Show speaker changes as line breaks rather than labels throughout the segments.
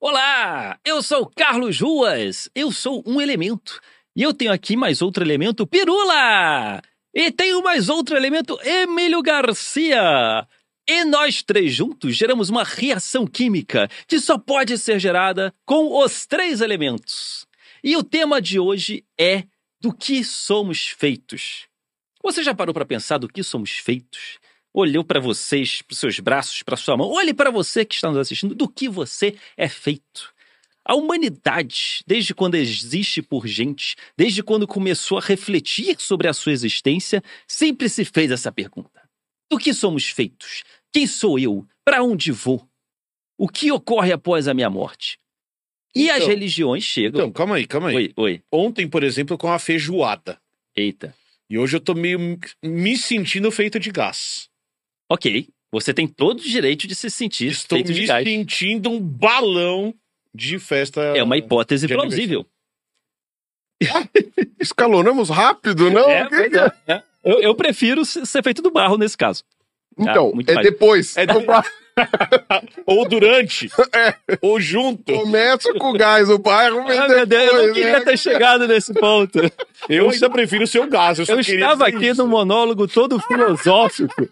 Olá, eu sou Carlos Ruas, eu sou um elemento. E eu tenho aqui mais outro elemento, Pirula! E tenho mais outro elemento, Emílio Garcia! E nós três juntos geramos uma reação química que só pode ser gerada com os três elementos. E o tema de hoje é do que somos feitos. Você já parou para pensar do que somos feitos? olhou para vocês, para seus braços, para sua mão. Olhe para você que está nos assistindo, do que você é feito. A humanidade, desde quando existe por gente, desde quando começou a refletir sobre a sua existência, sempre se fez essa pergunta: do que somos feitos? Quem sou eu? Para onde vou? O que ocorre após a minha morte? E
Então-
as religiões chegam.
Então, calma aí, calma aí.
oi, oi.
Ontem, por exemplo, com a feijoada.
Eita.
E hoje eu tô meio me sentindo feito de gás.
Ok. Você tem todo o direito de se sentir
Estou
feito
me
de gás.
sentindo um balão de festa.
É uma hipótese
de
plausível.
Escalonamos rápido, não?
É,
O que
pois
que é?
é. É. Eu, eu prefiro se- ser feito do barro nesse caso.
Então,
muito
é
mais.
depois.
É
Então, pá,
Ou durante.
É.
Ou junto.
Começa com o gás, o bairro vem
Ah, meu
depois.
Deus, eu não
né?
queria ter chegado nesse ponto.
Eu ainda prefiro o seu gás. Eu, só
Eu
queria
estava
dizer
aqui
isso.
num monólogo todo filosófico.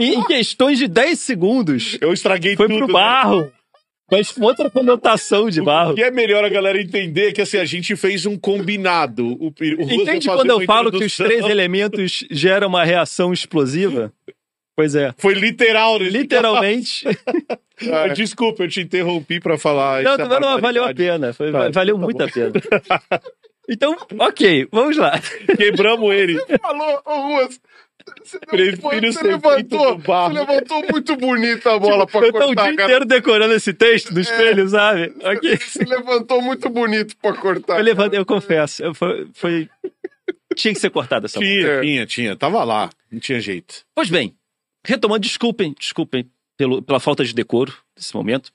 E em questões de 10 segundos,
Eu estraguei
foi
tudo.
pro
né?
barro. Mas com outra conotação de
O
barro.
que é melhor a galera entender é que assim, a gente fez um combinado. O, pi- o Russo
Entende
fazia
quando eu
uma
falo que os
introdução.
três elementos geram uma reação explosiva? Pois é.
Foi literal, né?
Literalmente.
Ah, Desculpa, eu te interrompi pra falar.
Não,
essa
não, não, valeu a
barbaridade.
pena. Foi-
Tá,
valeu muito a pena. Então, ok, vamos lá.
Quebramos ele.
Falou, ô Ruas. Você,
Prefiro
levantou-
ser
você
feito
levantou,
do barro.
você levantou muito bonita a bola pra
Tipo, eu tô o
cortar,
dia
cara.
inteiro decorando esse texto
É.
no espelho, sabe? Ok.
Você levantou muito bonito pra cortar.
Eu levantei, eu confesso. eu- foi, foi- Tinha que ser cortada essa bola.
Tinha,
É.
tinha, tinha. Tava lá. Não tinha jeito.
Pois bem, retomando, desculpem, desculpem pelo, pela falta de decoro nesse momento.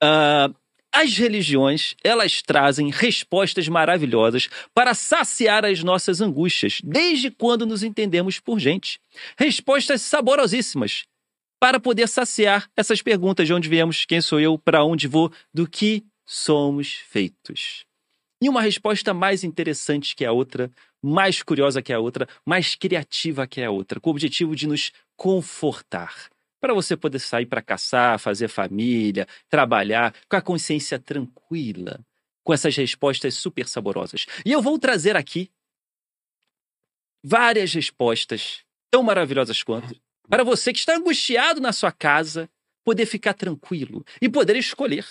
Ah, as religiões, elas trazem respostas maravilhosas para saciar as nossas angústias, desde quando nos entendemos por gente. Respostas saborosíssimas para poder saciar essas perguntas de onde viemos, quem sou eu, para onde vou, do que somos feitos. E uma resposta mais interessante que a outra, mais curiosa que a outra, mais criativa que a outra, com o objetivo de nos confortar. Para você poder sair para caçar, fazer família, trabalhar com a consciência tranquila, com essas respostas super saborosas. E eu vou trazer aqui várias respostas tão maravilhosas quanto para você que está angustiado na sua casa, poder ficar tranquilo e poder escolher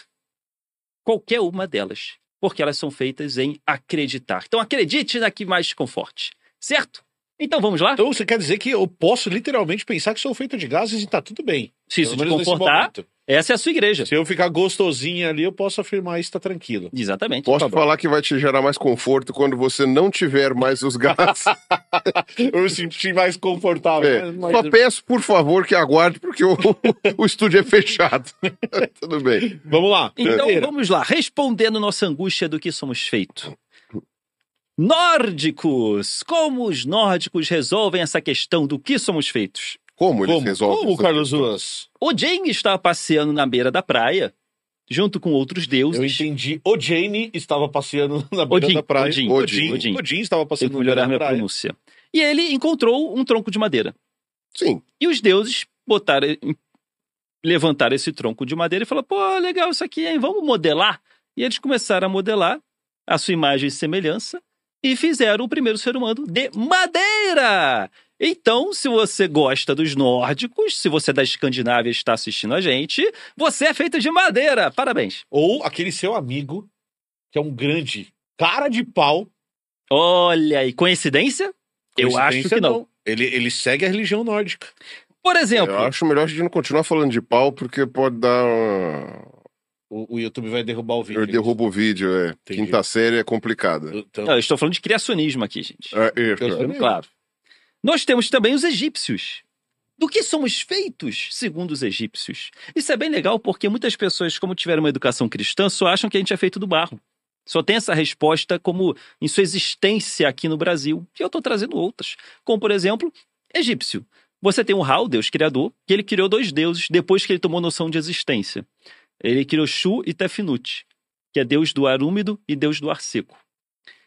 qualquer uma delas, porque elas são feitas em acreditar. Então acredite na que mais te conforte, certo? Então vamos lá?
Então você quer dizer que eu posso literalmente pensar que sou feito de gases e tá tudo bem.
Se isso
Pelo
te
menos nesse
confortar,
momento.
essa é a sua igreja.
Se eu ficar gostosinho ali, eu posso afirmar isso, tá tranquilo.
Exatamente.
Posso falar que vai te gerar mais conforto quando você não tiver mais os gás?
Eu me senti mais confortável.
É.
Mas-
Só peço, por favor, que aguarde, porque o, o estúdio é fechado. Tudo bem.
Vamos lá.
Então
Primeira.
vamos lá, respondendo nossa angústia do que somos feito. Nórdicos! Como os nórdicos resolvem essa questão do que somos feitos?
Como eles
Como,
resolvem
como
isso?
Carlos Ruas?
O Jane estava passeando na beira da praia, junto com outros deuses.
Eu entendi. O Jane estava passeando na beira
Odin,
da praia.
Odin,
Odin,
Odin.
Odin estava
Eu
passeando
vou
na
melhorar
beira da
minha
praia.
é pronúncia. E ele encontrou um tronco de madeira.
Sim.
E os deuses botaram, levantaram esse tronco de madeira e falaram: pô, legal isso aqui, hein? Vamos modelar. E eles começaram a modelar a sua imagem e semelhança e fizeram o primeiro ser humano de madeira. Então, se você gosta dos nórdicos, se você é da Escandinávia e está assistindo a gente, você é feito de madeira. Parabéns.
Ou aquele seu amigo, que é um grande cara de pau.
Olha aí, coincidência? Eu acho
Coincidência,
que não.
Ele, ele segue a religião nórdica.
Por exemplo,
Eu acho melhor a gente não continuar falando de pau, porque pode dar. um-
O, o YouTube vai derrubar o vídeo.
Eu derrubo o vídeo, é.
Entendi.
Quinta série é complicada.
Então,
não, eu estou falando de criacionismo aqui, gente.
É, isso.
Eu também.
Claro. Nós temos também os egípcios. Do que somos feitos, segundo os egípcios? Isso é bem legal porque muitas pessoas, como tiveram uma educação cristã, só acham que a gente é feito do barro. Só tem essa resposta como em sua existência aqui no Brasil. E eu estou trazendo outras. Como, por exemplo, egípcio. um Você tem o Ra, o deus criador, que ele criou dois deuses depois que ele tomou noção de existência. Ele criou Shu e Tefnut, que é deus do ar úmido e deus do ar seco.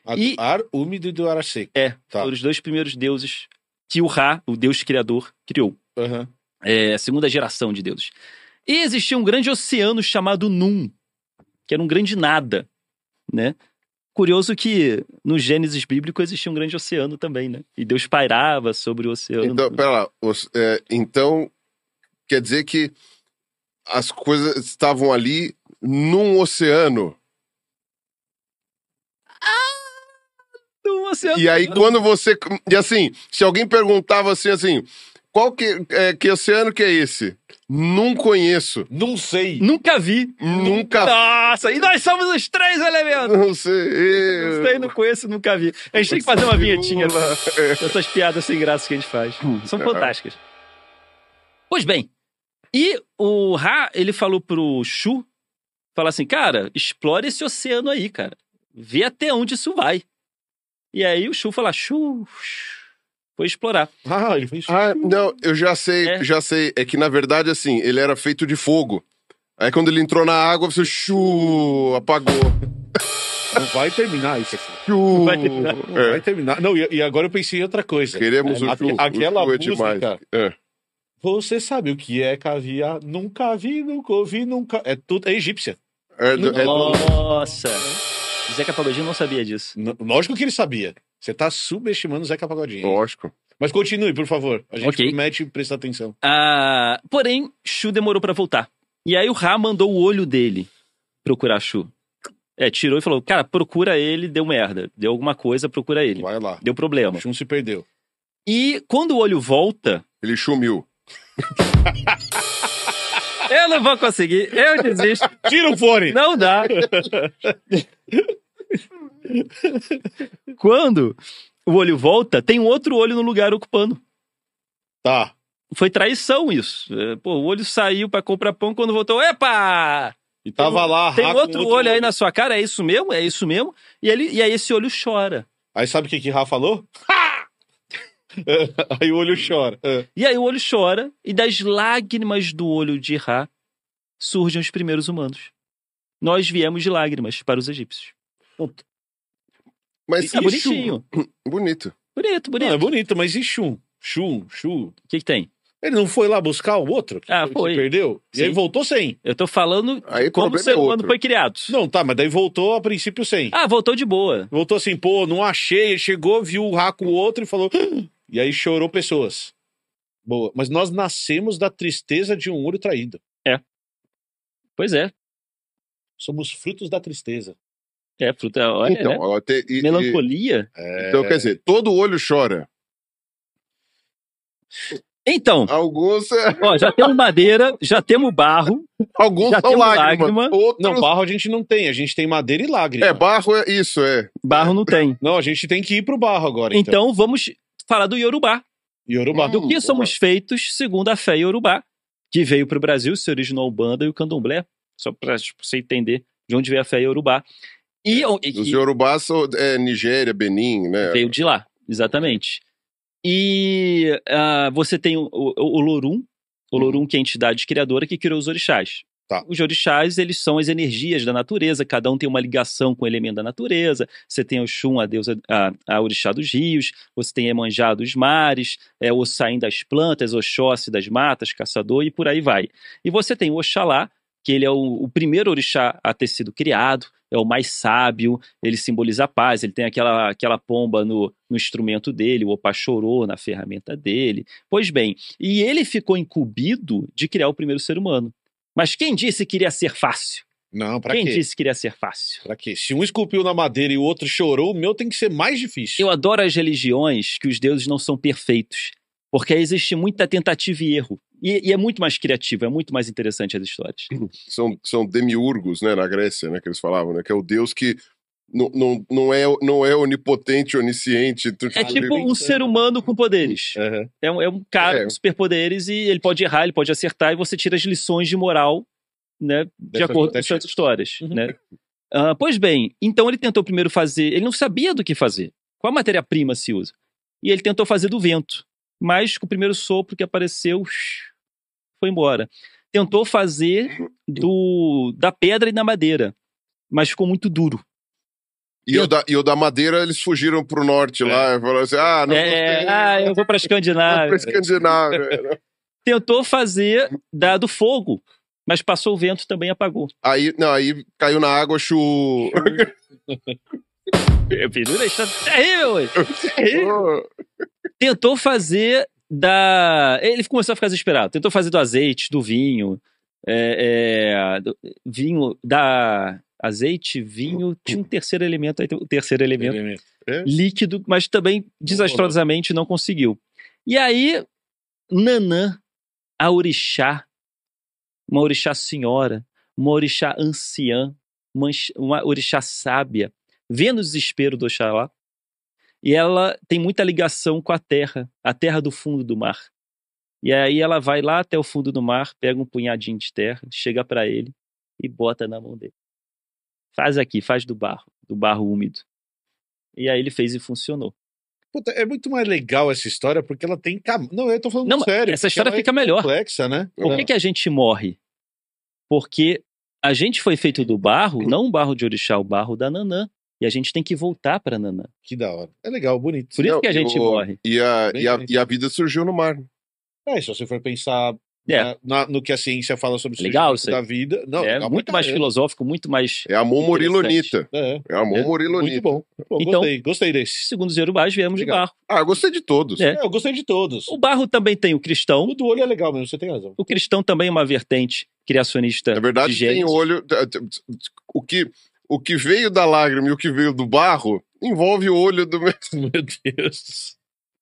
A-
E-
Ar úmido e do ar seco.
É,
Tá.
foram os dois primeiros deuses que o Ra, o deus criador, criou.
Aham.
É a segunda geração de deuses. E existia um grande oceano chamado Num, que era um grande nada, né? Curioso que no Gênesis bíblico existia um grande oceano também, né? E Deus pairava sobre o oceano.
Então, pera lá. os- é, então, quer dizer que as coisas estavam ali num oceano.
Um oceano.
E aí, quando você. E assim, se alguém perguntava assim, assim, qual que. é, que oceano que é esse? Não conheço.
Não sei.
Nunca vi.
Nunca.
Nossa, e nós somos os três elementos.
Não sei.
Não sei, não conheço, nunca vi. A gente tem que fazer uma vinhetinha
Simula.
dessas piadas sem graça que a gente faz. São
É.
fantásticas. Pois bem, e o Ra, ele falou pro Shu, falar assim, cara, explora esse oceano aí, cara. Vê até onde isso vai. E aí o Shu fala, Shu, foi explorar.
Ah, ele fez.
Ah, não, eu já sei,
É.
já sei. É que na verdade, assim, ele era feito de fogo. Aí quando ele entrou na água, você chu, apagou.
Não vai terminar isso aqui.
Chu.
Vai terminar.
Não
É,
vai terminar. Não, e, e agora eu pensei em outra coisa.
É,
Queremos o
Aque-
chu.
aquela
o chu é
música.
demais. É.
Você sabe o que é caviar? Nunca vi, nunca ouvi, nunca. É tudo. É egípcia.
É do- é do-
Nossa! Zeca Pagodinho não sabia disso.
N- Lógico que ele sabia. Você tá subestimando o Zeca Pagodinho.
Lógico.
Mas continue, por favor. A gente
Ok.
promete prestar atenção.
Ah, porém, Shu demorou pra voltar. E aí o Ra mandou o olho dele procurar Shu. É, tirou e falou: Cara, procura ele, deu merda. Deu alguma coisa, procura ele.
Vai lá.
Deu
O
problema.
Chum se perdeu.
E quando o olho volta,
Ele chumiu.
eu não vou conseguir, eu desisto,
Tira o fone!
não dá. quando o olho volta, tem um outro olho no lugar ocupando.
Tá.
Foi traição isso. É, Pô, o olho saiu pra comprar pão quando voltou. Epa!
E tava lá.
Tem
Ra com
outro olho aí na sua cara, é isso mesmo? É isso mesmo? E, ele, e aí esse olho chora.
Aí sabe o que que Rá falou? aí o olho chora. É.
E aí o olho chora, e das lágrimas do olho de Ra surgem os primeiros humanos. Nós viemos de lágrimas para os egípcios.
Mas
Isso é
e Shum?
bonitinho.
Bonito.
Bonito, bonito.
Não, é bonito, mas e Chum? Chum, Chum.
O que, que tem?
Ele não foi lá buscar o outro? Que
Ah,
se
foi.
perdeu? E aí
Sim.
voltou sem.
Eu tô falando
Aí o
como o
problema é
ser humano
outro.
foi criado.
Não, tá, mas daí voltou a princípio sem.
Ah, voltou de boa.
Voltou assim, pô, não achei. Ele chegou, viu o Rá com o outro e falou. "Ah!" E aí chorou pessoas. Boa. Mas nós nascemos da tristeza de um olho traído.
Pois é.
Somos frutos da tristeza.
É, fruta, olha,
então,
né?
ó, tem- e- e-
Melancolia.
então, quer dizer, todo olho chora.
Então,
Alguns, é-
ó, já temos madeira, já temos barro.
alguns
Já
são
temos
lágrimas.
lágrima.
Outros...
Não, barro a gente não tem. A gente tem madeira e lágrima.
É, barro é isso, é.
Barro não tem.
Não, a gente tem que ir pro barro agora. Então.
Então vamos falar do Yorubá.
Yorubá.
Hum.
Do que somos feitos segundo a fé Yorubá, que veio para o Brasil, se originou a Umbanda e o Candomblé, só para você entender de onde veio a fé Yorubá. E,
Os
e-
Yorubás são é, Nigéria, Benin, né?
veio de lá, exatamente. E ah, você tem o, o, o Lorum, o Lorum que é a entidade criadora que criou os orixás.
Tá.
Os orixás, eles são as energias da natureza, cada um tem uma ligação com o elemento da natureza. Você tem o Xum, a deusa, a, a orixá dos rios, você tem Emanjá dos mares, é, Ossain das plantas, Oxóssi das matas, caçador e por aí vai. E você tem o Oxalá, que ele é o, o primeiro orixá a ter sido criado, é o mais sábio, ele simboliza a paz, ele tem aquela, aquela pomba no, no instrumento dele, o Opachorô na ferramenta dele. Pois bem, e ele ficou incumbido de criar o primeiro ser humano. Mas quem disse que iria ser fácil?
Não, pra
quem
quê?
disse que iria ser fácil?
Pra quê? Se um esculpiu na madeira e o outro chorou, o meu tem que ser mais difícil.
Eu adoro as religiões que os deuses não são perfeitos, porque aí existe muita tentativa e erro. E, e é muito mais criativo, é muito mais interessante as histórias.
são, são demiurgos, né, na Grécia, né, que eles falavam, né, que é o deus que não, não, não, é, não é onipotente, onisciente. então,
É tipo
ele-
um ser humano com poderes.
Aham.
É um, é um cara
É.
com superpoderes e ele pode errar, ele pode acertar, e você tira as lições de moral, né? de
Dessas-
acordo com
dessas-
suas histórias,
Uhum.
né? Ah, pois bem, então ele tentou primeiro fazer, ele não sabia do que fazer, qual matéria-prima se usa. E ele tentou fazer do vento, mas com o primeiro sopro que apareceu, foi embora. tentou fazer do, da pedra e da madeira, mas ficou muito duro.
E, o da, e o da madeira, eles fugiram pro norte lá. E falaram assim: ah, não
É,
gostei.
ah, é. eu vou pra
Vamos pra
Escandinávia.
Escandinávia.
Tentou fazer da do fogo, mas passou o vento também e apagou.
aí, não, aí caiu na água, chu.
Eu fiz, "Olha, está terrível, hoje." terrível. é, Tentou fazer da. Ele começou a ficar desesperado. Tentou fazer do azeite, do vinho. é, é, do- vinho da. Azeite, vinho, tinha um terceiro elemento aí, tem o terceiro elemento.
Elemento.
líquido, mas também desastrosamente não conseguiu. E aí, Nanã, a orixá, uma orixá senhora, uma orixá anciã, uma, anx- uma orixá sábia, vendo o desespero do Oxalá, e ela tem muita ligação com a terra, a terra do fundo do mar. E aí ela vai lá até o fundo do mar, pega um punhadinho de terra, chega para ele e bota na mão dele. Faz aqui, faz do barro, do barro úmido. E aí ele fez e funcionou.
Puta, é muito mais legal essa história porque ela tem cam... Não, eu tô falando
Não, mas
sério.
essa
porque
história
ela é
fica melhor.
complexa, né?
Por que, que a gente morre? Porque a gente foi feito do barro, não o barro de orixá, o barro da Nanã. E a gente tem que voltar pra Nanã.
Que da hora. É legal, bonito.
Por isso
Não,
que a gente
o-
morre.
E a,
Bem
e, a,
bonito.
e a vida surgiu no mar.
É, se você for pensar
É.
na- na- no que a ciência fala sobre o
Legal
surgimento da vida. Não, tá
é
legal pra
muito mais
caramba.
filosófico, muito mais.
É amor morilonita.
É,
É
É,
amor
muito
morilonita.
bom. Muito bom,
Então-
gostei, gostei desse.
Segundo Zerubás, viemos
Legal.
de barro.
Ah, eu gostei de todos.
É.
É, eu gostei de todos.
O barro também tem o cristão.
O do olho é legal mesmo, você tem razão.
O cristão também é uma vertente criacionista.
Na É verdade,
de
tem
Gênesis.
olho. O que, o que veio da lágrima e o que veio do barro envolve o olho do. meu-
Meu Deus.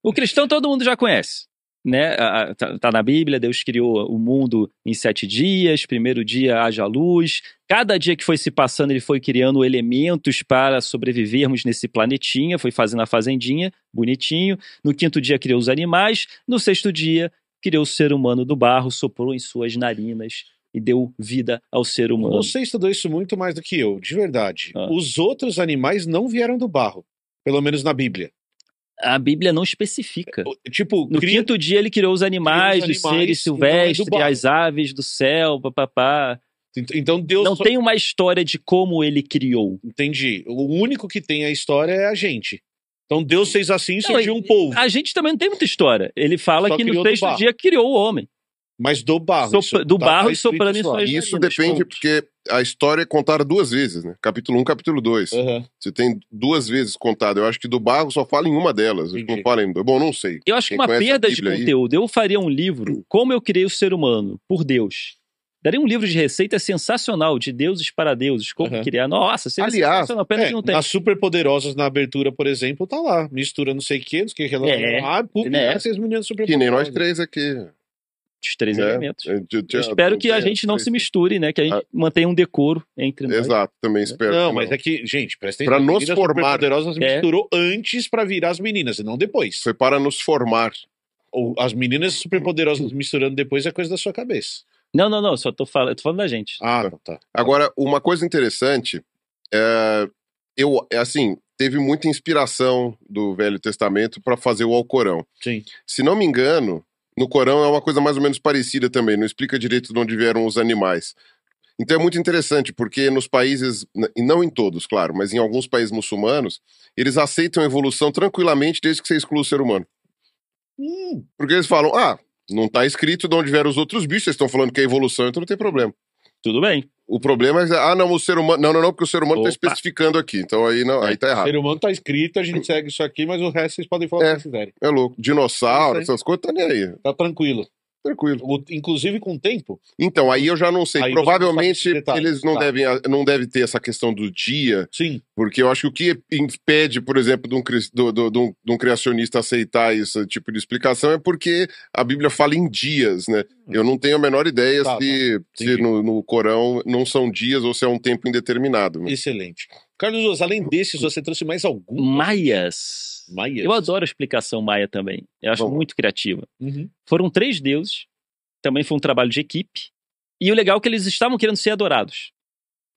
O cristão todo mundo já conhece. Né? A- a- Tá, tá na Bíblia, Deus criou o mundo em sete dias, primeiro dia haja luz. Cada dia que foi se passando, ele foi criando elementos para sobrevivermos nesse planetinha, foi fazendo a fazendinha, bonitinho. No quinto dia criou os animais, no sexto dia criou o ser humano do barro, soprou em suas narinas e deu vida ao ser humano.
Você estudou isso muito mais do que eu, de verdade.
Ah.
Os outros animais não vieram do barro. Pelo menos na Bíblia.
A Bíblia não especifica.
O- Tipo,
No
cria-
quinto dia ele criou os animais, os,
animais,
seres
então é do
silvestres,
barro.
as aves do céu, papapá.
Ent- então Deus.
Não
só-
tem uma história de como ele criou.
Entendi. O único que tem a história é a gente. Então Deus fez assim e
é
surgiu um
e-
povo.
A gente também não tem muita história. Ele fala
Só
que no
criou do
sexto
barro.
dia criou o homem.
Mas do barro. tá
Sopra- do barro e
escrito
soprando
isso
isso
lá.
aí.
Isso
Marina,
depende,
desconto.
porque a história é contada duas vezes, né? Capítulo 1, capítulo 2.
É.
Aham.
Você tem duas vezes contada. Eu acho que do barro só fala em uma delas. Acho que
Entendi.
não fala em duas. Bom, não sei.
Eu acho que
Quem
uma
conhece a
perda de
Bíblia aí? Hum.
conteúdo. Eu faria um livro, Como Eu Criei o Ser Humano, por Deus. Daria um livro de receita sensacional, de deuses para deuses, como
Aham.
criar. Nossa, seria
Aliás,
sensacional. Pena
É,
que não tem.
As superpoderosas na abertura, por exemplo, tá lá. Mistura não sei o que, não sei o que.
É.
Ah, pô,
Né?
essas meninas super
Que nem nós três aqui.
Os três
né?
elementos.
Eu- eu- é,
Eu espero que a
eu-
gente não
três.
se misture, né? Que a gente mantenha um decoro entre nós.
Ah. Exato, também espero.
Não,
que
mas é que, gente, presta atenção.
Pra nos
Meninas
formar.
Superpoderosas
É.
misturou antes pra virar as meninas, e não depois.
Foi para nos formar.
Ou as meninas superpoderosas misturando depois é coisa da sua cabeça.
Não, não, não. Só tô falando, tô falando da gente.
Ah, não, tá.
Agora, uma coisa interessante, é, eu, é assim, teve muita inspiração do Velho Testamento para fazer o Alcorão.
Sim.
Se não me engano, no Corão é uma coisa mais ou menos parecida também, não explica direito de onde vieram os animais. Então é muito interessante, porque nos países, n- e não em todos, claro, mas em alguns países muçulmanos, eles aceitam a evolução tranquilamente desde que você exclua o ser humano.
Hum,
Porque eles falam, ah, não tá escrito de onde vieram os outros bichos, vocês estão falando que é evolução, então não tem problema.
Tudo bem.
O problema é, ah, não, o ser humano. Não, não, não, porque o ser humano
Opa.
tá especificando aqui. Então aí, não, aí tá errado.
ser humano tá escrito, a gente segue isso aqui, mas o resto vocês podem falar o
É.
que vocês quiserem.
É louco. Dinossauro,
Não sei.
essas coisas, tá nem aí.
Tá tranquilo.
Tranquilo.
O- inclusive com o tempo.
Então, aí eu já não sei.
Aí você não
Provavelmente
sabe esse detalhe.
eles não,
Tá.
devem, ah, não devem ter essa questão do dia,
Sim.
porque eu acho que o que impede, por exemplo, de um, cri- do- do- do- de um criacionista aceitar esse tipo de explicação é porque a Bíblia fala em dias, né? Eu não tenho a menor ideia
Hum. Tá,
se, se
Entendi.
no, no Corão não são dias ou se é um tempo indeterminado.
Excelente. Carlos Oz, além desses, você trouxe mais algum?
Maias.
Maia.
Eu adoro a explicação maia também. Eu acho
Vamos lá.
muito criativa.
Uhum.
Foram três deuses, também foi um trabalho de equipe. E o legal é que eles estavam querendo ser adorados.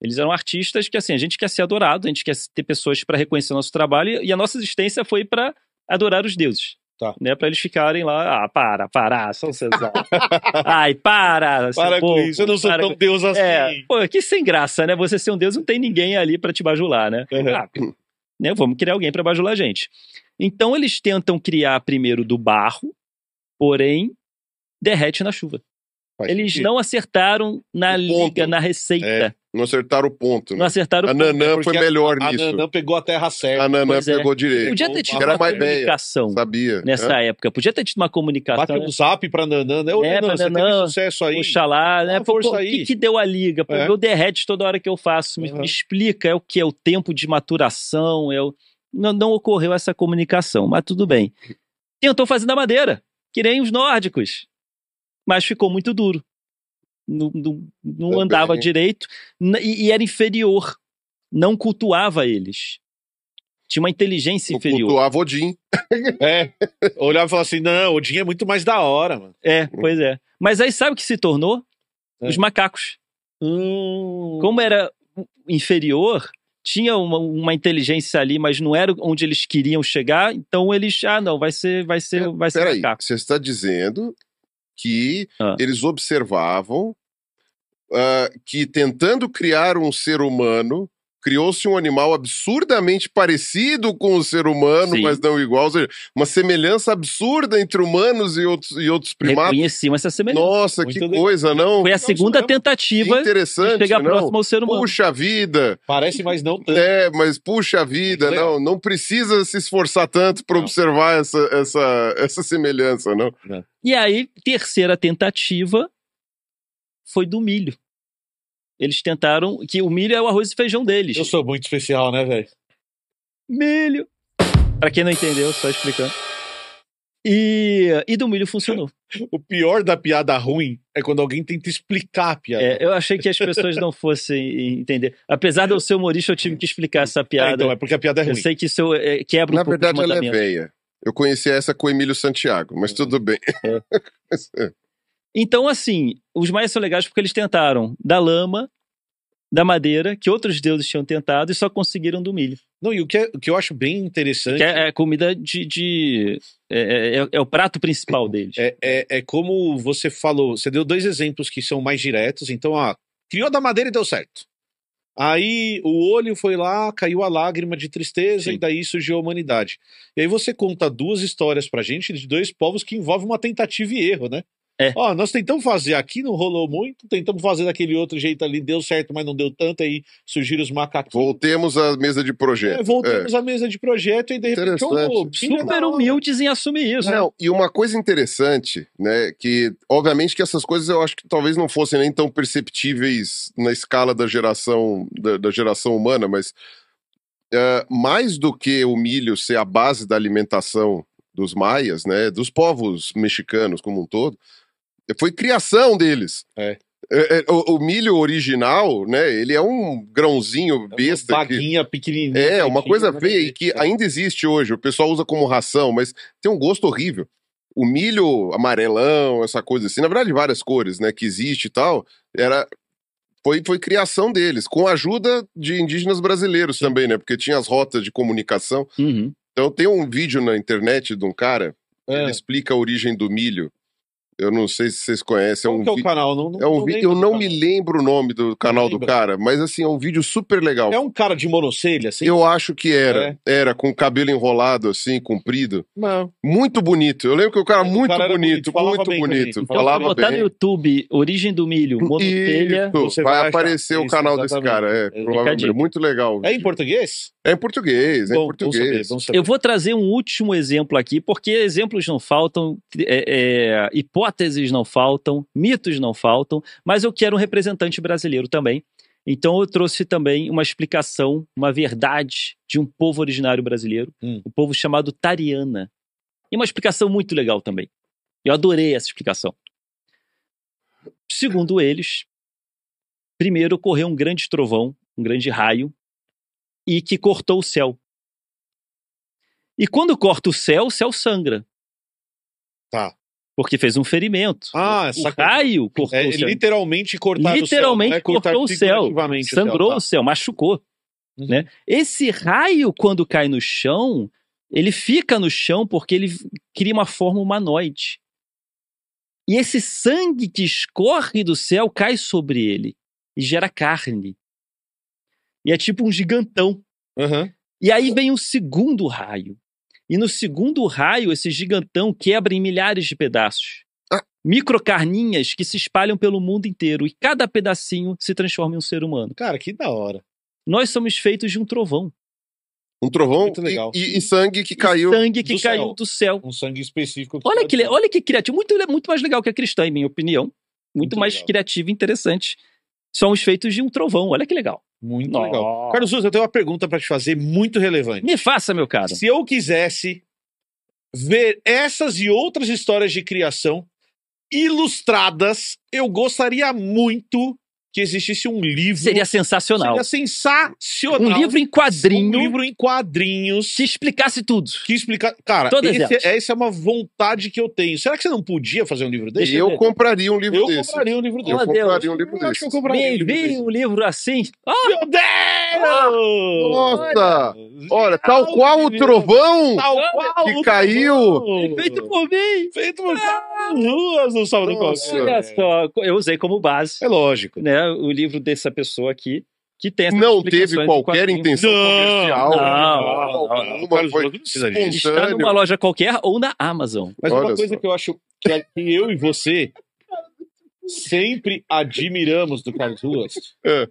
Eles eram artistas que, assim, a gente quer ser adorado, a gente quer ter pessoas para reconhecer o nosso trabalho e a nossa existência foi para adorar os deuses.
Tá.
Né, pra eles ficarem lá. Ah, para, para, São César. Ai, para. seu
Para com
povo,
isso, eu não sou
para
tão
com-
deus assim.
É, pô, que sem graça, né? Você ser um deus não tem ninguém ali pra te bajular, né?
Uhum.
Ah, né? Vamos criar alguém pra bajular a gente. Então eles tentam criar primeiro do barro, porém derrete na chuva.
Faz
Eles
sentido.
não acertaram na
O
liga,
ponto.
na receita.
É,
Não acertaram o ponto,
Não
né?
acertaram
A
o ponto.
Nanã
É
foi
porque
melhor
A
nisso.
Nanã pegou a terra certa.
A Nanã
Pois é.
pegou direito.
Podia ter tido
Era
uma
uma ideia.
comunicação
Sabia. né?
nessa
Hã?
época. Podia ter tido uma
Bate
comunicação. né?
um zap pra Nanã, né? Ô,
É,
Nanã,
pra
você
Nanã,
teve sucesso aí.
Oxalá, né?
Dá uma
Pô,
força
pô, o
aí.
que, que deu a liga? Pô,
É.
Eu derrete toda hora que eu faço. Me,
Uhum.
me explica, é o que? É o tempo de maturação? É o... não, não ocorreu essa comunicação, mas tudo bem. Tentou fazer na madeira, que nem os nórdicos, mas ficou muito duro. Não, não- não
Também.
andava direito n- e, e era inferior. Não cultuava eles. Tinha uma inteligência
O
inferior.
cultuava Odin.
É. Olhava e falava assim: não, Odin é muito mais da hora, mano.
É, pois é. Mas aí sabe o que se tornou?
É.
Os macacos.
Como
como era inferior, tinha uma, uma inteligência ali, mas não era onde eles queriam chegar, então eles, ah, não, vai ser, vai ser, vai ser
É, Peraí,
macaco.
você está dizendo que
Ah.
eles observavam ah, que tentando criar um ser humano, criou-se um animal absurdamente parecido com o ser humano,
Sim.
mas não igual. Ou seja, uma semelhança absurda entre humanos e outros, e outros primatas.
Reconheciam essa semelhança.
Nossa,
Muito
que
legal.
coisa, não?
Foi a
isso
segunda
mesmo.
tentativa de
Interessante,
chegar
não?
próximo ao ser humano.
Puxa vida,
Parece, mas não tanto.
é,
Né?
mas puxa vida,
Muito legal.
não, não precisa se esforçar tanto para
Não.
observar essa, essa, essa semelhança, não?
E aí, terceira tentativa foi do milho. Eles tentaram, que o milho é o arroz e feijão deles.
Eu sou muito especial, né, velho?
Milho! Pra quem não entendeu, só explicando. E, e do milho funcionou.
O pior da piada ruim é quando alguém tenta explicar a piada.
É, eu achei que as pessoas não fossem entender. Apesar de eu ser humorista, eu tive que explicar essa
Ah,
piada.
então, é porque a piada é
eu
ruim.
sei que isso é, quebra um
Na
pouco os
verdade, ela é
mandamentos.
veia. Eu conhecia essa com o Emílio Santiago,
Hum.
mas tudo bem.
Então, assim, os maias são legais porque eles tentaram da lama, da madeira, que outros deuses tinham tentado e só conseguiram do milho.
Não, e o que, é- o que eu acho bem interessante
Que é, é comida de. de- é, é- é o prato principal deles.
É, é, é como você falou, você deu dois exemplos que são mais diretos, então, ó, criou da madeira e deu certo. Aí o olho foi lá, caiu a lágrima de tristeza
Sim.
e daí surgiu a humanidade. E aí você conta duas histórias pra gente de dois povos que envolvem uma tentativa e erro, né?
É.
Ó, nós tentamos fazer aqui, não rolou muito, tentamos fazer daquele outro jeito ali, deu certo, mas não deu tanto, aí surgiram os macaquinhos.
Voltemos à mesa de projeto.
É, voltamos à mesa de projeto e de repente...
Interessante. um
ô, filha da
Super
hora.
humildes em assumir isso. né?
Não, e uma coisa interessante, né, que obviamente que essas coisas eu acho que talvez não fossem nem tão perceptíveis na escala da geração da, da geração humana, mas eh, mais do que o milho ser a base da alimentação dos maias, né, dos povos mexicanos como um todo, foi criação deles.
É.
Eh, eh, o, o milho original, né, ele é um grãozinho besta que
Baguinha É pequenininha.
é, uma
feitinha,
coisa
né?
feia e que ainda existe hoje. O pessoal usa como ração, mas tem um gosto horrível. O milho amarelão, essa coisa assim, na verdade, várias cores, né, que existe e tal, era. Foi, foi criação deles, com a ajuda de indígenas brasileiros também, né? Porque tinha as rotas de comunicação.
Uhum.
Então tem um vídeo na internet de um cara,
É.
ele explica a origem do milho. Eu não sei se vocês conhecem.
Qual
um
que é o
vi-
canal? Não, não,
é um vi-
lembro
Eu
do
não
canal.
me lembro o nome do canal do
lembra?
cara, mas assim, é um vídeo super legal.
É um cara de monocelha, assim?
Eu acho que era. Era, com o cabelo enrolado, assim, comprido.
É. Não.
Muito bonito. Eu lembro que o cara
O
muito
cara era
bonito,
bonito, falava
muito
bem
bonito.
também.
Então, se
Falava
botar no
bem.
YouTube Origem do Milho, Monotelha,
Isso,
você
vai,
vai achar.
aparecer o
Isso,
canal desse
exatamente.
cara, é,
Fica a
provavelmente.
dica.
Muito legal.
É em português?
É em português, é em
Bom,
português.
Vamos saber,
Eu vou trazer um último exemplo aqui, porque exemplos não faltam, é, é, hipóteses não faltam, mitos não faltam, mas eu quero um representante brasileiro também. Então eu trouxe também uma explicação, uma verdade de um povo originário brasileiro,
Hum.
um povo chamado Tariana. E uma explicação muito legal também. Eu adorei essa explicação. Segundo eles, primeiro ocorreu um grande trovão, um grande raio, e que cortou o céu. E quando corta o céu, o céu sangra.
Tá.
Porque fez um ferimento.
Ah,
o
essa
raio cortou
é,
o céu.
literalmente cortar
Literalmente
o céu. não é cortar
cortou o céu.
figurativamente
Sangrou o
o céu. tá.
céu, machucou.
Uhum.
Né? Esse raio, quando cai no chão, Ele fica no chão porque ele cria uma forma humanoide. E esse sangue que escorre do céu cai sobre ele e gera carne. E é tipo um gigantão.
Uhum. Aham.
E aí vem o segundo raio. E no segundo raio, esse gigantão quebra em milhares de pedaços.
Ah.
Microcarninhas que se espalham pelo mundo inteiro e cada pedacinho se transforma em um ser humano.
Cara, que da hora.
Nós somos feitos de um trovão,
Um trovão
Muito legal.
E, e- e sangue que caiu.
sangue que
do
caiu
céu.
do céu.
Um sangue específico.
Olha que, le- olha que criativo, muito, é muito mais legal que a cristã, em minha opinião. Muito,
Muito
mais
legal.
criativo e interessante. Somos feitos de um trovão, olha que legal.
Muito
Nossa.
legal. Carlos Uso, eu tenho uma pergunta pra te fazer muito relevante.
Me faça, meu caro.
Se eu quisesse ver essas e outras histórias de criação ilustradas, eu gostaria muito que existisse um livro.
Seria sensacional.
Seria sensacional.
Um livro em quadrinho
Um livro em quadrinhos
se explicasse tudo.
que explica. Cara,
Todas
esse-
elas.
essa é uma vontade que eu tenho. Será que você não podia fazer um livro desse?
Deixa
eu
ver.
compraria um livro
Eu
desse.
compraria um livro desse.
Eu
Meu Deus.
compraria um
Eu
livro
acho que
desse.
eu compraria um
Bem,
livro
bem
desse.
um livro assim. Ah,
Meu Deus!
Nossa! Olha,
tá
tal qual o trovão
Tal qual
que
o
caiu.
trovão.
feito por mim!
Feito por Carlos Ruas no Salvador
Nossa.
Qualquer.
Olha só, eu usei como base
É lógico.
né, o livro dessa pessoa aqui, que tem essas
não
explicações
teve
em
qualquer
quadrinhos.
intenção
Não,
comercial.
não,
não, não.
Alguma
O Carlos
foi
Ruas não precisa disso.
Está
espontânea.
numa loja qualquer ou na Amazon.
Mas
Olha
uma coisa
só.
que eu acho que, a- que eu e você sempre admiramos do Carlos Ruas
É.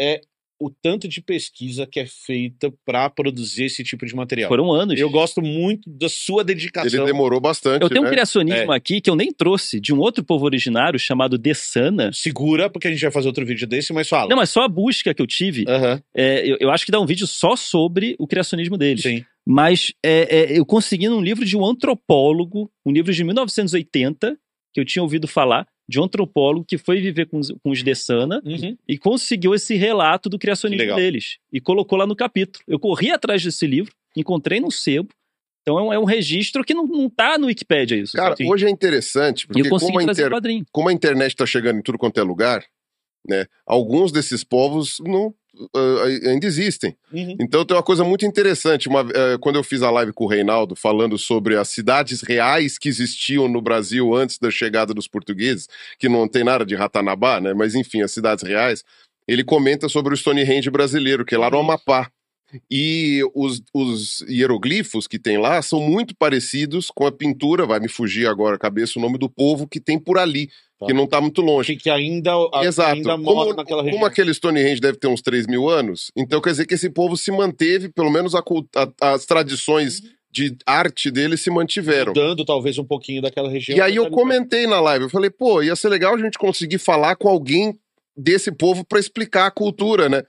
é o tanto de pesquisa que é feita para produzir esse tipo de material.
Foram anos.
Eu gosto muito da sua
Ele
dedicação.
demorou bastante,
Eu tenho um
né?
criacionismo aqui que eu nem trouxe, de um outro povo originário chamado Dessana.
Segura, porque a gente vai fazer outro vídeo desse, mas fala.
Não, mas só a busca que eu tive,
Aham,
é, eu, eu acho que dá um vídeo só sobre o criacionismo deles.
sim.
Mas é, é, eu consegui num livro de um antropólogo, um livro de 1980, que eu tinha ouvido falar, de um antropólogo que foi viver com os, com os Dessana
Uhum.
e conseguiu esse relato do
Que
criacionismo
legal.
deles e colocou lá no capítulo. Eu corri atrás desse livro, encontrei num sebo. Então é um, é um registro que não, não tá no Wikipedia isso.
Cara,
sabe?
hoje é interessante,
e eu
porque
consegui
como a,
trazer o
inter...
quadrinho.
como a internet está chegando em tudo quanto é lugar, né? Alguns desses povos não ah, ainda existem.
Uhum.
Então tem uma coisa muito interessante. Uma, eh, quando eu fiz a live com o Reinaldo falando sobre as cidades reais que existiam no Brasil antes da chegada dos portugueses, que não tem nada de Ratanabá, né? Mas enfim, as cidades reais. Ele comenta sobre o Stonehenge brasileiro, que é lá
Uhum.
no Amapá. E os, os hieroglifos que tem lá são muito parecidos com a pintura, vai me fugir agora a cabeça o nome do povo que tem por ali,
Tá.
que não está muito longe.
Que, que ainda, a-
Exato.
ainda mora
como,
naquela região.
como aquele Stonehenge deve ter uns 3 mil anos, então quer dizer que esse povo se manteve, pelo menos a cult- a- as tradições de arte dele se mantiveram.
Dando talvez um pouquinho daquela região.
E aí eu
mas- tá
comentei na live, eu falei, pô, ia ser legal a gente conseguir falar com alguém desse povo pra explicar a cultura, né?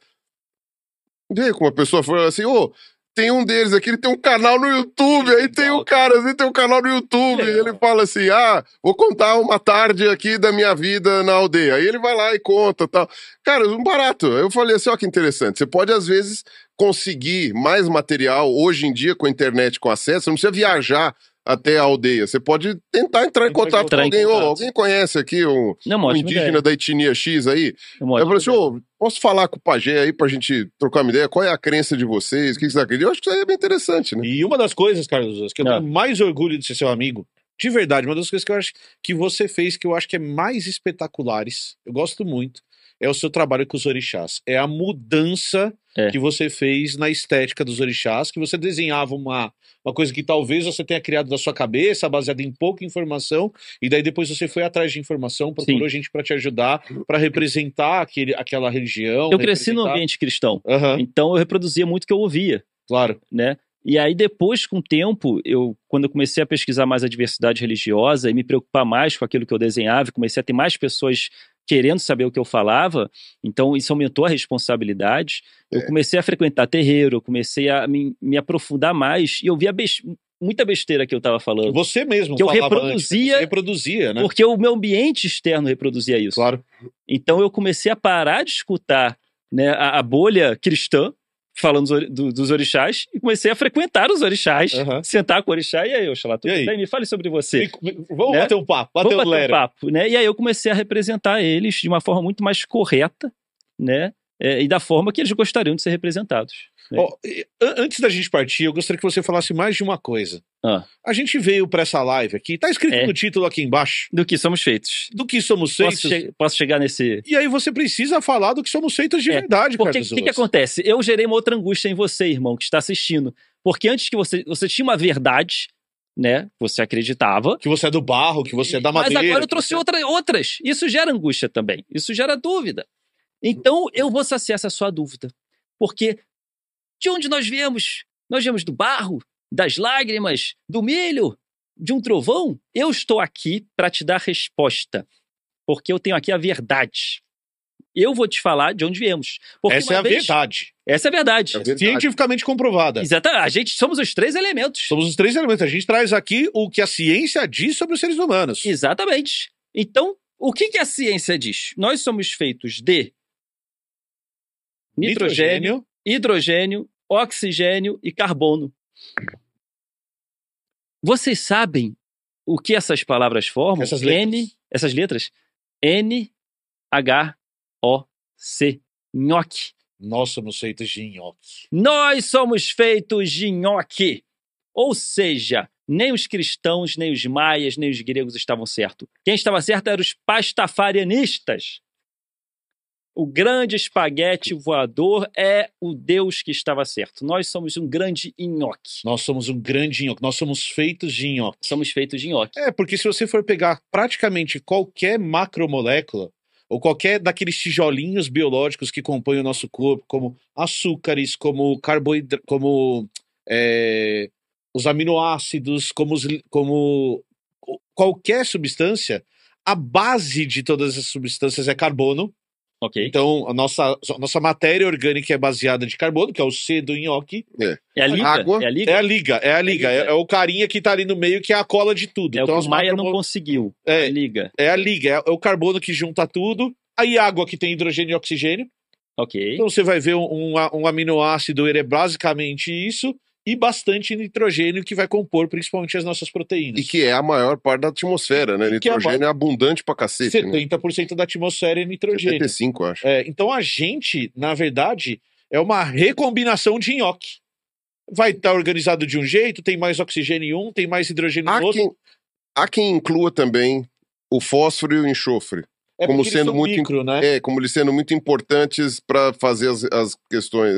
Vê como a pessoa falou assim, ô, tem um deles aqui, ele tem um canal no YouTube, aí tem um cara, ele tem um canal no YouTube, e ele fala assim, ah, vou contar uma tarde aqui da minha vida na aldeia. Aí ele vai lá e conta tal. Cara, um barato. Eu falei assim, ó que interessante, você pode às vezes conseguir mais material hoje em dia com a internet, com acesso, você não precisa viajar até a aldeia, você pode tentar entrar
Entrar
em
em
contato com
contato.
alguém, ô, alguém conhece aqui um,
Não, é uma
um
ótima
indígena
ideia.
da etnia X aí?
É uma
Aí
ótima
eu falei assim,
ideia.
ô, posso falar com o pajé aí pra gente trocar uma ideia? Qual é a crença de vocês? O que que vocês acreditam? Eu acho que isso aí é bem interessante, né?
E uma das coisas, Carlos Ruas, que eu
Ah.
tenho mais orgulho de ser seu amigo, de verdade, uma das coisas que eu acho que você fez, que eu acho que é mais espetaculares, eu gosto muito, é o seu trabalho com os orixás. É a mudança
É.
que você fez na estética dos orixás, que você desenhava uma, uma coisa que talvez você tenha criado da sua cabeça, baseada em pouca informação, e daí depois você foi atrás de informação, procurou gente pra te ajudar, pra representar aquele, aquela religião.
Eu cresci num
representar-
ambiente cristão,
Aham,
então eu reproduzia muito o que eu ouvia.
claro.
né? E aí depois, com o tempo, eu quando eu comecei a pesquisar mais a diversidade religiosa e me preocupar mais com aquilo que eu desenhava, e comecei a ter mais pessoas querendo saber o que eu falava, então isso aumentou a responsabilidade. Eu
É.
comecei a frequentar terreiro, eu comecei a me, me aprofundar mais e eu via bes- muita besteira que eu estava falando.
Você mesmo
Que eu
falava antes,
reproduzia-
você reproduzia, né?
Porque o meu ambiente externo reproduzia isso.
Claro.
Então eu comecei a parar de escutar né, a, a bolha cristã falando dos ori- do- dos orixás e comecei a frequentar os orixás,
Aham.
sentar com o orixá e aí, Oxalá, tudo
E aí?
bem? Me fale sobre você.
Fico- Vamos
Né?
bater um papo, bater
Vamos bater
um
um
lero.
papo, né? E aí eu comecei a representar eles de uma forma muito mais correta, né? É, e da forma que eles gostariam de ser representados. É.
Ó, e- an- antes da gente partir, eu gostaria que você falasse mais de uma coisa.
Ah,
A gente veio pra essa live aqui, tá escrito
É.
no título aqui embaixo,
do que somos feitos.
do que somos
Posso,
feitos.
che- posso chegar nesse.
E aí você precisa falar do que somos feitos de
É,
verdade,
Porque o
Carlos
que, que
Veloso.
acontece? Eu gerei uma outra angústia em você, irmão, que está assistindo. Porque antes que você. Você tinha uma verdade, né? Você acreditava.
Que você é do barro, que você é da madeira.
Mas agora eu
que
trouxe
você-
outra- outras. Isso gera angústia também. Isso gera dúvida. Então eu vou saciar essa sua dúvida. Porque de onde nós viemos? Nós viemos do barro, das lágrimas, do milho, de um trovão? Eu estou aqui para te dar resposta. Porque eu tenho aqui a verdade. Eu vou te falar de onde viemos. Porque
Essa
uma
é a
vez-
verdade.
Essa é a verdade.
É a verdade.
Cientificamente comprovada.
Exatamente. A gente somos os três elementos.
Somos os três elementos. A gente traz aqui o que a ciência diz sobre os seres humanos.
Exatamente. Então, o que, que a ciência diz? Nós somos feitos de nitrogênio, hidrogênio, oxigênio e carbono. Vocês sabem o que essas palavras formam?
Essas letras.
N, essas letras? N, H, O, C. Nhoque.
Nós somos feitos de nhoque.
Nós somos feitos de nhoque. Ou seja, nem os cristãos, nem os maias, nem os gregos estavam certos. Quem estava certo eram os pastafarianistas. O grande espaguete voador é o Deus que estava certo. Nós somos um grande nhoque.
Nós somos um grande nhoque. Nós somos feitos de nhoque.
Somos feitos de nhoque.
É, porque se você for pegar praticamente qualquer macromolécula, ou qualquer daqueles tijolinhos biológicos que compõem o nosso corpo, como açúcares, como carboidratos, como é, os aminoácidos, como, os li- como qualquer substância, a base de todas as substâncias é carbono.
Ok?
Então, a nossa, a nossa matéria orgânica é baseada de carbono, que é o C do nhoque.
É a liga.
água
é a liga.
É a liga, é a liga. É,
liga.
é o carinha que tá ali no meio, que é a cola de tudo.
É o
então,
que
as
o Maia
macromo-
não conseguiu.
É.
A liga.
é a liga, é, é o carbono que junta tudo. Aí água que tem hidrogênio e oxigênio.
Ok.
Então você vai ver um, um a- um aminoácido, ele é basicamente isso, e bastante nitrogênio que vai compor principalmente as nossas proteínas.
e que é a maior parte da atmosfera, né?
E que é a
Nitrogênio é abundante pra cacete, né?
70% da atmosfera é nitrogênio.
75, acho.
É, então a gente, na verdade, é uma recombinação de nhoque. Vai estar organizado de um jeito, tem mais oxigênio em um, tem mais hidrogênio
Há
no outro.
quem, há quem inclua também o fósforo e o enxofre.
É
como
porque eles
sendo
são
muito im-
micro, né?
É, como eles sendo muito importantes para fazer as, as questões,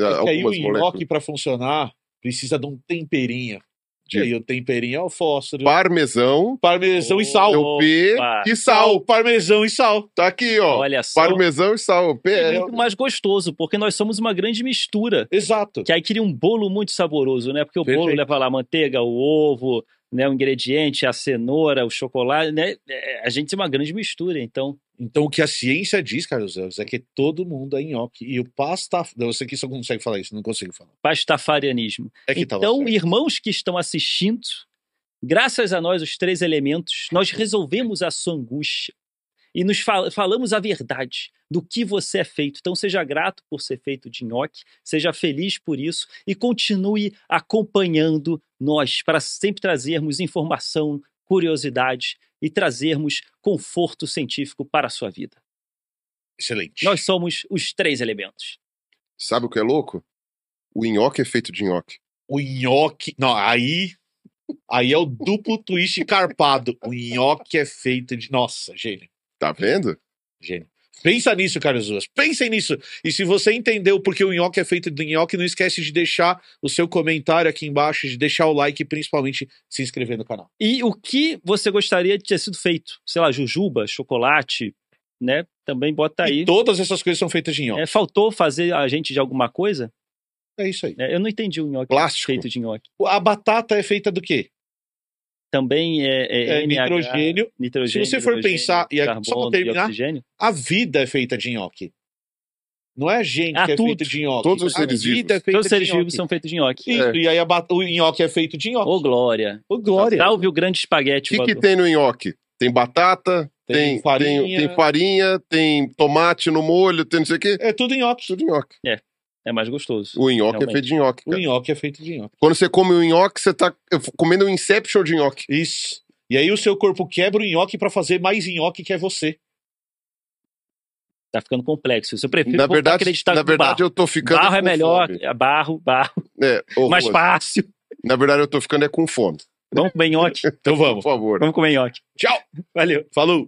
É que aí o
algumas moléculas.
nhoque, para funcionar, precisa de um temperinho. E
De-
aí o temperinho é o fósforo,
Parmesão,
parmesão e
Opa.
sal.
é o P
Sal,
e sal.
parmesão e sal.
Tá aqui, ó.
Olha só.
Parmesão e sal, P.
É
É.
muito mais gostoso, porque nós somos uma grande mistura.
Exato.
Que aí cria um bolo muito saboroso, né? Porque o bolo
Perfeito.
leva lá a manteiga, o ovo, né? o ingrediente, a cenoura, o chocolate, né? É, A gente tem uma grande mistura, então.
Então o que a ciência diz, Carlos Elvis, é que todo mundo é nhoque. E o pasta... Não, eu sei que você não consegue falar isso, não consigo falar.
Pastafarianismo.
É que tava
então,
certo.
irmãos que estão assistindo, graças a nós, os três elementos, nós resolvemos a sua angústia e nos fal- falamos a verdade do que você é feito. Então, seja grato por ser feito de nhoque, seja feliz por isso e continue acompanhando nós para sempre trazermos informação, curiosidade e trazermos conforto científico para a sua vida.
Excelente.
Nós somos os três elementos.
Sabe o que é louco? O nhoque é feito de nhoque.
O nhoque. Não, aí. Aí é o duplo twist carpado. O nhoque é feito de. Nossa, gênio.
Tá vendo?
Gênio. Pensa nisso, Carlos Ruas. Pensem nisso. E se você entendeu porque o nhoque é feito de nhoque, não esquece de deixar o seu comentário aqui embaixo, de deixar o like e principalmente se inscrever no canal.
E o que você gostaria de ter sido feito? Sei lá, jujuba, chocolate, né? Também bota aí.
E todas essas coisas são feitas de nhoque.
É, faltou fazer a gente de alguma coisa?
É isso aí.
É, eu não entendi o nhoque
Plástico.
feito de nhoque.
A batata é feita do quê?
Também é, é,
É
NH,
nitrogênio.
nitrogênio,
Se você for
hidrogênio,
pensar, e aqui- só pra
carbono
terminar,
oxigênio.
A vida é feita de nhoque. Não é a gente
Ah,
que é
tudo.
feita de nhoque.
Todos os
A
seres
vida
vivos. É.
é feita
Todos os
de
seres vivos
nhoque.
são feitos de nhoque.
Isso, e aí a bat- o nhoque é feito de nhoque.
Ô, glória.
Ô, glória.
Salve o grande
O
espaguete
que, que
voador.
tem no nhoque? Tem batata, tem, tem, farinha. Tem, farinha, tem tomate no molho, tem não sei o quê.
É tudo nhoque.
Tudo nhoque.
É mais gostoso.
O nhoque
Realmente.
é feito de nhoque.
O
cara.
nhoque é feito de nhoque.
Quando você come o nhoque, você tá eu f- comendo um inception de nhoque.
Isso. E aí o seu corpo quebra o nhoque pra fazer mais nhoque que é você.
Tá ficando complexo. Isso eu prefiro
Na
voltar a
verdade,
acreditar
na
no
verdade
barro.
eu tô ficando.
barro é
com
melhor,
fome.
barro, barro,
É, ô,
mais
Rose,
fácil.
na verdade, eu tô ficando é com fome.
Vamos comer nhoque.
Então vamos.
Por favor.
Vamos comer nhoque.
Tchau.
Valeu.
Falou.